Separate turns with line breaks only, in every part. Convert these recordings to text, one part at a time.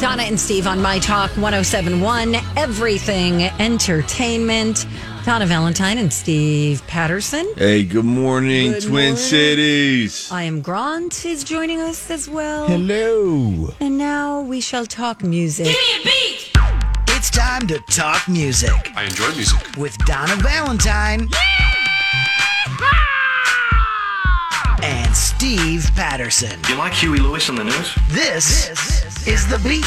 Donna and Steve on My Talk 1071, everything entertainment. Donna Valentine and Steve Patterson.
Hey, good morning,
Good
Twin
morning.
Cities.
I am Grant is joining us as well.
Hello.
And now we shall talk music.
It's time to talk music
I enjoy music.
with Donna Valentine and Steve Patterson.
You like Huey Lewis on the news?
This is the beat.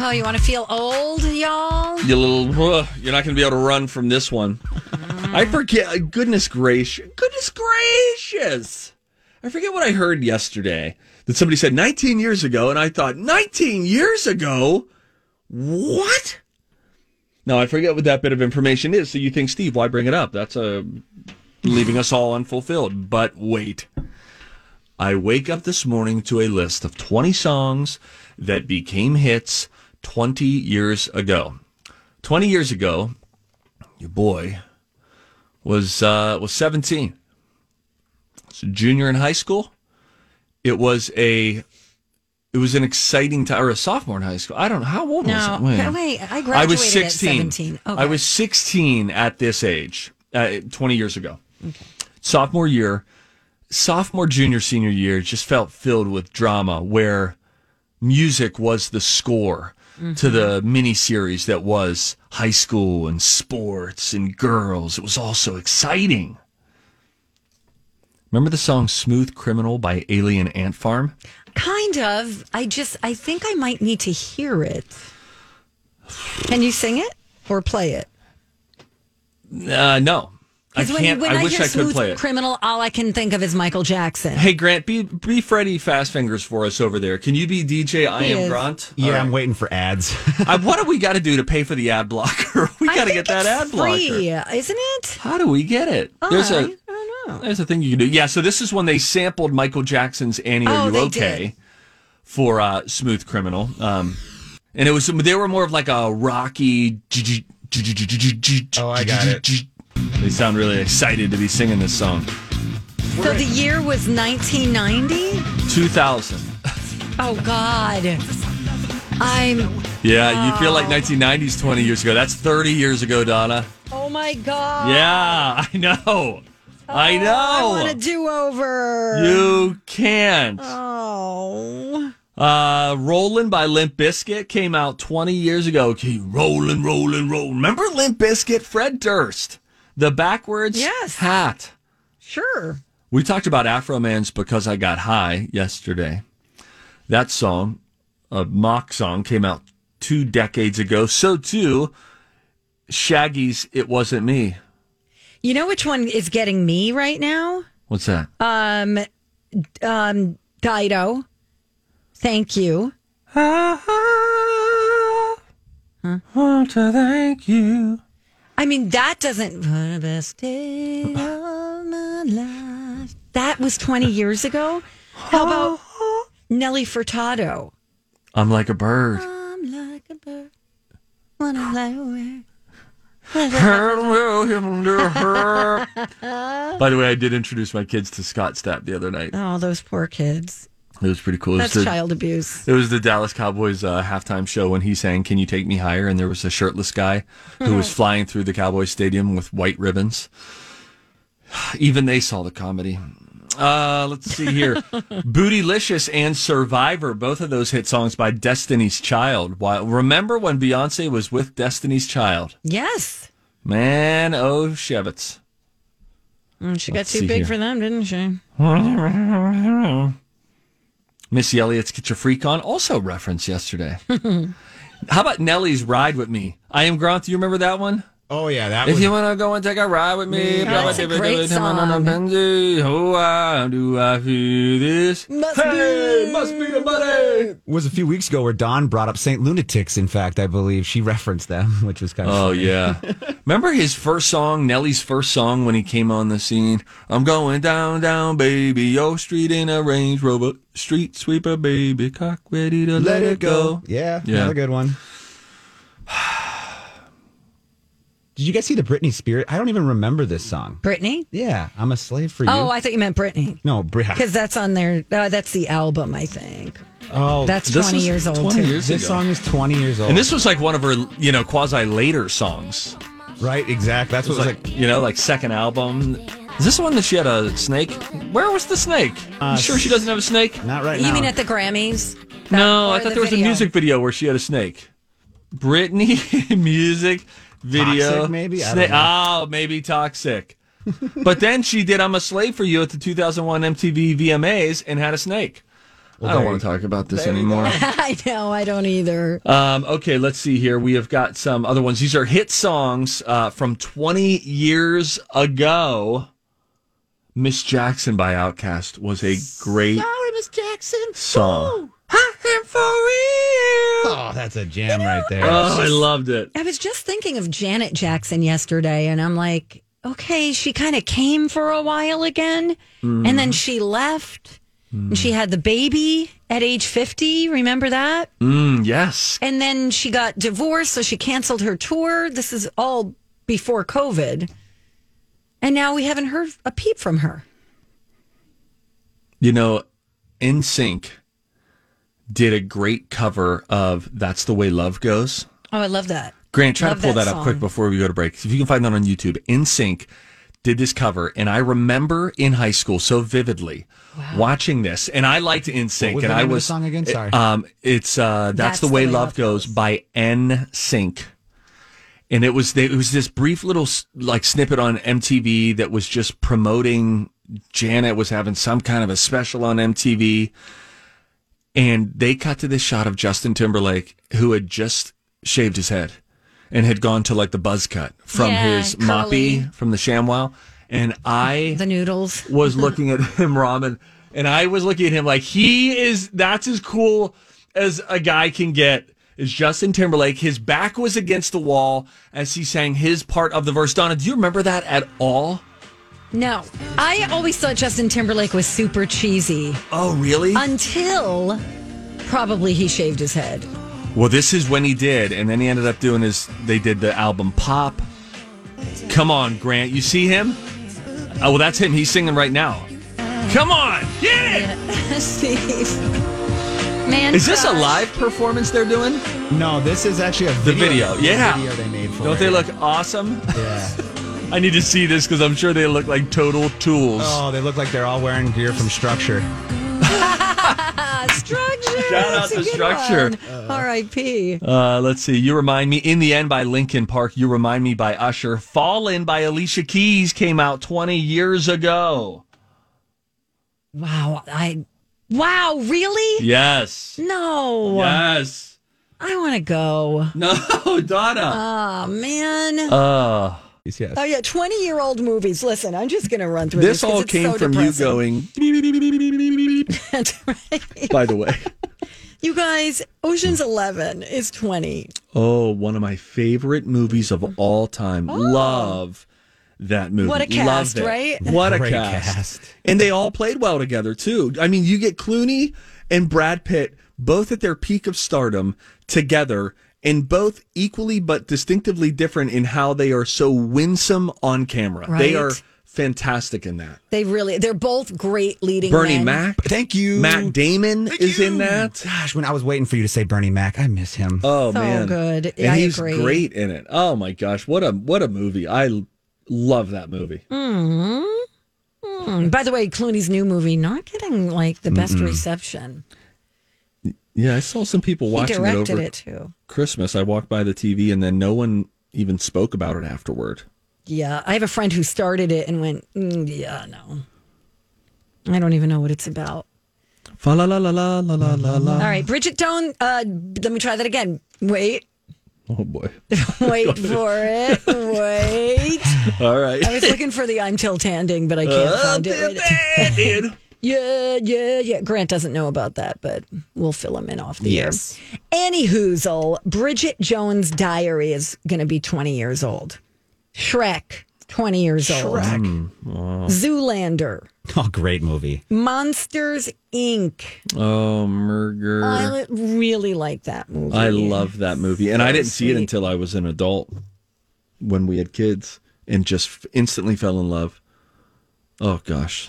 Oh, you want to feel old, y'all?
You little, ugh, you're not going to be able to run from this one.
Mm.
I forget. uh, Goodness gracious. Goodness gracious. I forget what I heard yesterday that somebody said 19 years ago, and I thought 19 years ago. What? Now I forget what that bit of information is. So you think, Steve, why bring it up? That's uh, leaving us all unfulfilled. But wait. I wake up this morning to a list of 20 songs that became hits 20 years ago. 20 years ago, your boy was uh, was 17. It's a junior in high school. It was a it was an exciting time or a sophomore in high school. I don't know how old was
No.
it? Wait.
Uh, wait, I graduated
I was
at
16.
17. Okay.
I was 16 at this age, uh, 20 years ago. Sophomore year, sophomore, junior, senior year just felt filled with drama where music was the score to the
Mm-hmm.
miniseries that was high school and sports and girls. It was all so exciting. Remember the song Smooth Criminal by Alien Ant Farm?
Kind of. I just, I think I might need to hear it. Can you sing it or play it?
Uh, no. I
'Cause when,
can't.
when
I,
I,
wish
hear
I could
smooth
play it.
criminal, all I can think of is Michael Jackson.
Hey Grant, be be Freddie Fast Fingers for us over there. Can you be DJ I
He
am
is.
Grant?
Yeah,
All
I'm
right.
waiting for ads.
I- what do we got to do to pay for the ad blocker? We
I
got to
think
get that
it's
ad blocker.
free, isn't it?
How do we get it? there's
I-
a
I don't know.
there's a thing you can do. Yeah, so this is when they sampled Michael Jackson's "Annie Are
Oh,
You
they
Okay"
did.
for uh, "Smooth Criminal," um, and it was they were more of like a rocky.
Oh, I got it.
They sound really excited to be singing this song.
So the year was 1990.
2000.
Oh God, I'm.
Yeah, you feel like 1990s 20 years ago. That's 30 years ago, Donna.
Oh my God.
Yeah, I know. I know.
Oh, I want a do-over.
you can't.
Oh.
Uh, Rollin' by Limp Bizkit came out 20 years ago. Okay, rollin', rollin', rollin'. Remember Limp Bizkit? Fred Durst. The backwards
Yes.
hat.
Sure.
We talked about Afro Man's Because I Got High yesterday. That song, a mock song, came out two decades ago. So too, Shaggy's It Wasn't Me.
You know which one is getting me right now?
What's that?
Um, um, Dido. Thank you.
I want to thank you.
I mean, that doesn't. The best day of my life. That was 20 years ago. How about Nelly Furtado?
I'm like a bird.
I'm like a bird. Wanna fly away.
By the way, I did introduce my kids to Scott Stapp the other night.
Oh, those poor kids.
It was pretty cool. It was,
That's
the,
child abuse.
it was the Dallas Cowboys uh, halftime show when he sang "Can You Take Me Higher," and there was a shirtless guy who was flying through the Cowboys stadium with white ribbons. Even they saw the comedy. Uh, let's see here. Bootylicious and Survivor, both of those hit songs by Destiny's Child. Why, remember when Beyonce was with Destiny's Child?
Yes.
Man, oh, Shevitz.
Mm, She
Let's
got
see
too big
here.
for them, didn't she?
Missy Elliott's Get Your Freak On, also referenced yesterday. How about Nelly's Ride With Me? I Am Grant, do you remember that one?
Oh yeah, that
If
was
you want to go and take a ride with me,
Yeah, Mm, that's a great song.
Oh, how do I feel this?
Must
hey, must be the money.
was a few weeks ago where Don brought up Saint Lunatics. In fact, I believe she referenced them, which was kind of
Oh yeah, remember his first song, Nelly's first song when he came on the scene. I'm going down, down, baby, yo street in a Range Rover, street sweeper, baby, cock ready to let, it go.
Yeah,
Yeah.
another good one. Did you guys see the Britney Spirit? I don't even remember this song.
Brittany?
Yeah, I'm a slave for you.
Oh, I thought you meant Brittany.
no, Brit.
Because that's on their, uh, that's the album, I think.
Oh,
That's
This
20
is
years old,
20
too.
years
this
ago.
song is 20 years old.
And this was like one of her, you know, quasi later songs.
right? Exactly. That's
It was
what it was
like, you know, like second album. Is this the one that she had a snake? Where was the snake?
Uh,
you sure she doesn't have a snake?
like. Not right
you
now.
mean at the Grammys? That-
No,
or
I
the
thought there was
video?
a music video where she had a snake. Britney music video,
Toxic, maybe? I
Sna-
don't know.
Oh, maybe toxic. but then she did "I'm a Slave for You" at the 2001 MTV VMAs and had a snake. I don't want to talk about this anymore.
I know, I don't either.
um, okay, let's see here. We have got some other ones. These are hit songs uh, from 20 years ago. Miss Jackson by Outkast was a great
Sorry, Miss Jackson.
song. I am for real.
Oh, that's a jam right there.
Oh, I loved it.
I was just thinking of Janet Jackson yesterday, and I'm like, okay, she kind of came for a while again, and then she left, and she had the baby at age 50. Remember that?
Mm, yes.
And then she got divorced, so she canceled her tour. This is all before COVID. And now we haven't heard a peep from her.
You know, NSYNC did a great cover of That's the Way Love Goes.
Oh, I love that.
Grant, try
Love
to pull
that
that, up quick
song.
before we go to break. If you can find that on YouTube, NSYNC did this cover, and I remember in high school so vividly watching this, and I liked NSYNC,
What was
and
the name
I
of the
was
song again? Sorry.
Um, it's uh, that's, the, way, love goes, by NSYNC. And it was they, it was this brief little s- like snippet on MTV that was just promoting Janet was having some kind of a special on MTV and they cut to this shot of Justin Timberlake who had just shaved his head and had gone to like the buzz cut from
Yeah,
his
curly.
moppy from the ShamWow, and I
The noodles.
was looking at him ramen, and I was looking at him like he is. That's as cool as a guy can get. Is Justin Timberlake? His back was against the wall as he sang his part of the verse. Donna, do you remember that at all?
No, I always thought Justin Timberlake was super cheesy.
Oh, really?
until probably he shaved his head.
Well, this is when he did, and then he ended up doing his. They did the album Pop. Come on, Grant. You see him? Oh, well, that's him. He's singing right now. Come on, get it!
Steve. Man, uh,
Is this a
Josh.
live performance they're doing?
no, this is actually a video.
video, yeah.
Video they made for
Don't
it.
they look awesome?
Yeah.
I need to see this because I'm sure they look like total tools.
Oh, they look like they're all wearing gear from Structure.
Ah, structure?
Shout out
That's a
to
good
Structure.
one. R.I.P.
Uh, let's see. You Remind Me in the End by Linkin Park. You Remind Me by Usher. Fallen by Alicia Keys came out 20 years ago.
Wow, I. Wow, really?
Yes.
No,
Yes.
I want to go.
No, Donna.
Oh man.
Uh,
Yes, yes.
oh yeah, twenty-year-old movies. Listen, I'm just gonna run through this.
This
'cause
all
it's
came
so
from
depressing.
you going. "Beep, beep, beep, beep, beep, beep, beep,"
That's right.
By the way,
You guys, Ocean's Eleven is twenty.
oh, one of my favorite movies of all time. Love that movie.
Oh. What a cast,
Love it.
right?
What a
Great
cast.
cast.
And they all played well together too. I mean, you get Clooney and Brad Pitt both at their peak of stardom together. And both equally but distinctively different in how they are so winsome on camera. They are
Right.
fantastic in that.
They really, they're both great leading.
Bernie
men.
Mac.
Thank you.
Matt Damon
Thank
is in
you.
that.
Gosh, when I was waiting for you to say Bernie Mac, I miss him.
Oh
So
man,
good.
And
I
he's
agree.
great in it. Oh my gosh, what a what a movie! I l- love that movie.
Mm, Mm-hmm. By the way, Clooney's new movie not getting like the best reception.
Yeah, I saw some people
he
watching it
directed
over
it too.
Christmas. I walked by the TV and then no one even spoke about it afterward.
Yeah, I have a friend who started it and went, "Mm, yeah, no. I don't even know what it's about.
Fa la la la la la la la la.
All right, Bridget Tone, uh, let me try that again. Wait,
Oh boy.
wait for it. Wait.
All right.
I was looking for the I'm Tiltanding, but I can't find it.
dude.
Yeah, yeah, yeah. Grant doesn't know about that, but we'll fill him in off the
Yes.
air. Any hoozle, Bridget Jones' diary is going to be 20 years old. Shrek, 20 years old. Zoolander,
Oh, great movie.
Monsters, Inc.
Oh, murder.
Uh-huh.
I
I,
li- really like that movie.
love that movie. And I didn't see it until I was an adult when we had kids and just f- instantly fell in love. Oh, gosh.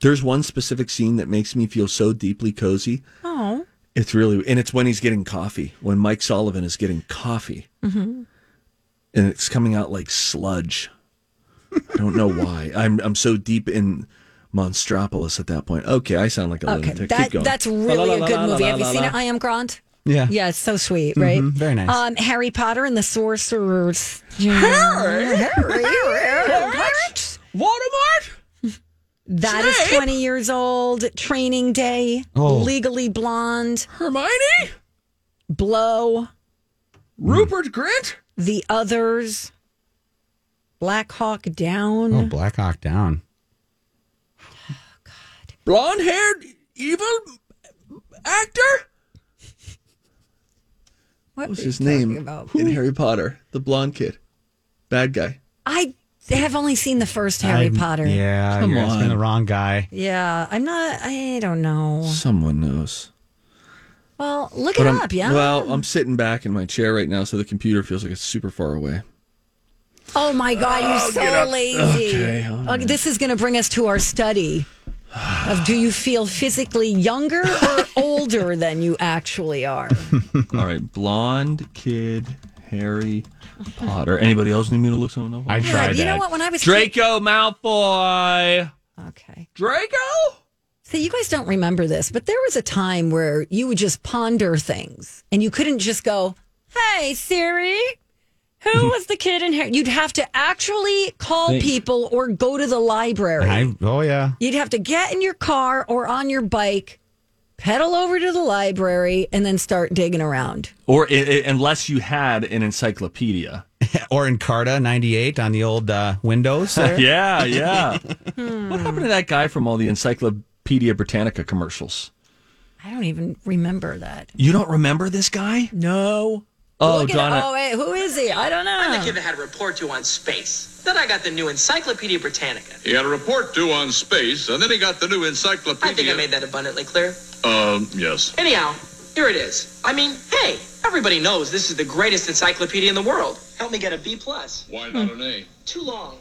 There's one specific scene that makes me feel so deeply cozy.
Oh,
It's really, and it's when he's getting coffee, when Mike Sullivan is getting coffee.
Mm-hmm.
And it's coming out like sludge. I don't know why. I'm I'm so deep in Monstropolis at that point. Okay, I sound like a
okay.
lunatic. Keep
That,
going.
that's really a good movie. Have you seen it? I am Grant.
Yeah. Mm-hmm.
Yeah, it's so sweet, right?
very nice.
Um, Harry Potter and the Sorcerer's. Harry, Harry,
Oh,
Voldemort?
That is 20 years old. Training Day.
Oh.
Legally Blonde.
Hermione?
Blow.
Rupert Grint?
The Others. Black Hawk Down.
Oh, Black Hawk Down.
Blonde haired evil actor?
what
What was
are
his
you
name?
talking about?
In Harry Potter, the blonde kid. Bad guy.
I have only seen the first Harry
I'm-
Potter.
Yeah,
Come
you're asking
on.
the wrong guy.
Yeah, I'm not. I don't know.
Someone knows.
Well, look
But
it
I'm-
up. Yeah.
Well, I'm sitting back in my chair right now, so the computer feels like it's super far away.
oh my God, you're so lazy.
Okay, all
Okay, This is going to bring us to our study of do you feel physically younger or older than you actually are?
All right, blonde kid, Harry Potter. Anybody else need me to look something up?
I tried
you
that.
know what? When I was
Draco Malfoy.
okay.
Draco.
So you guys don't remember this, but there was a time where you would just ponder things and you couldn't just go, "Hey Siri, who was the kid in here?" You'd have to actually call
Thanks.
people or go to the library.
I, oh, yeah.
You'd have to get in your car or on your bike, pedal over to the library, and then start digging around.
Or i i unless you had an encyclopedia.
Or Encarta 98 on the old uh, Windows there.
Yeah, yeah.
Hmm.
What happened to that guy from all the Encyclopedia Britannica commercials?
I don't even remember that.
You don't remember this guy?
No.
Oh,
Look at-
Donna.
oh wait, who is he? I don't
The kid
know.
that had a report to on space. Then I got the new Encyclopedia Britannica.
He had a report due on space, and then he got the new encyclopedia.
I think I made that abundantly clear.
Um, yes.
Anyhow, here it is. I mean, hey, everybody knows this is the greatest encyclopedia in the world. Help me get a B plus.
Why not an A?
Too long.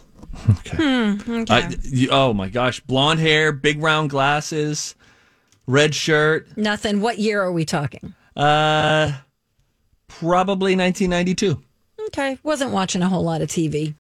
I- you- oh my gosh, blonde hair, big round glasses, red shirt.
Nothing. What year are we talking?
Uh, probably 1992.
Okay, wasn't watching a whole lot of TV.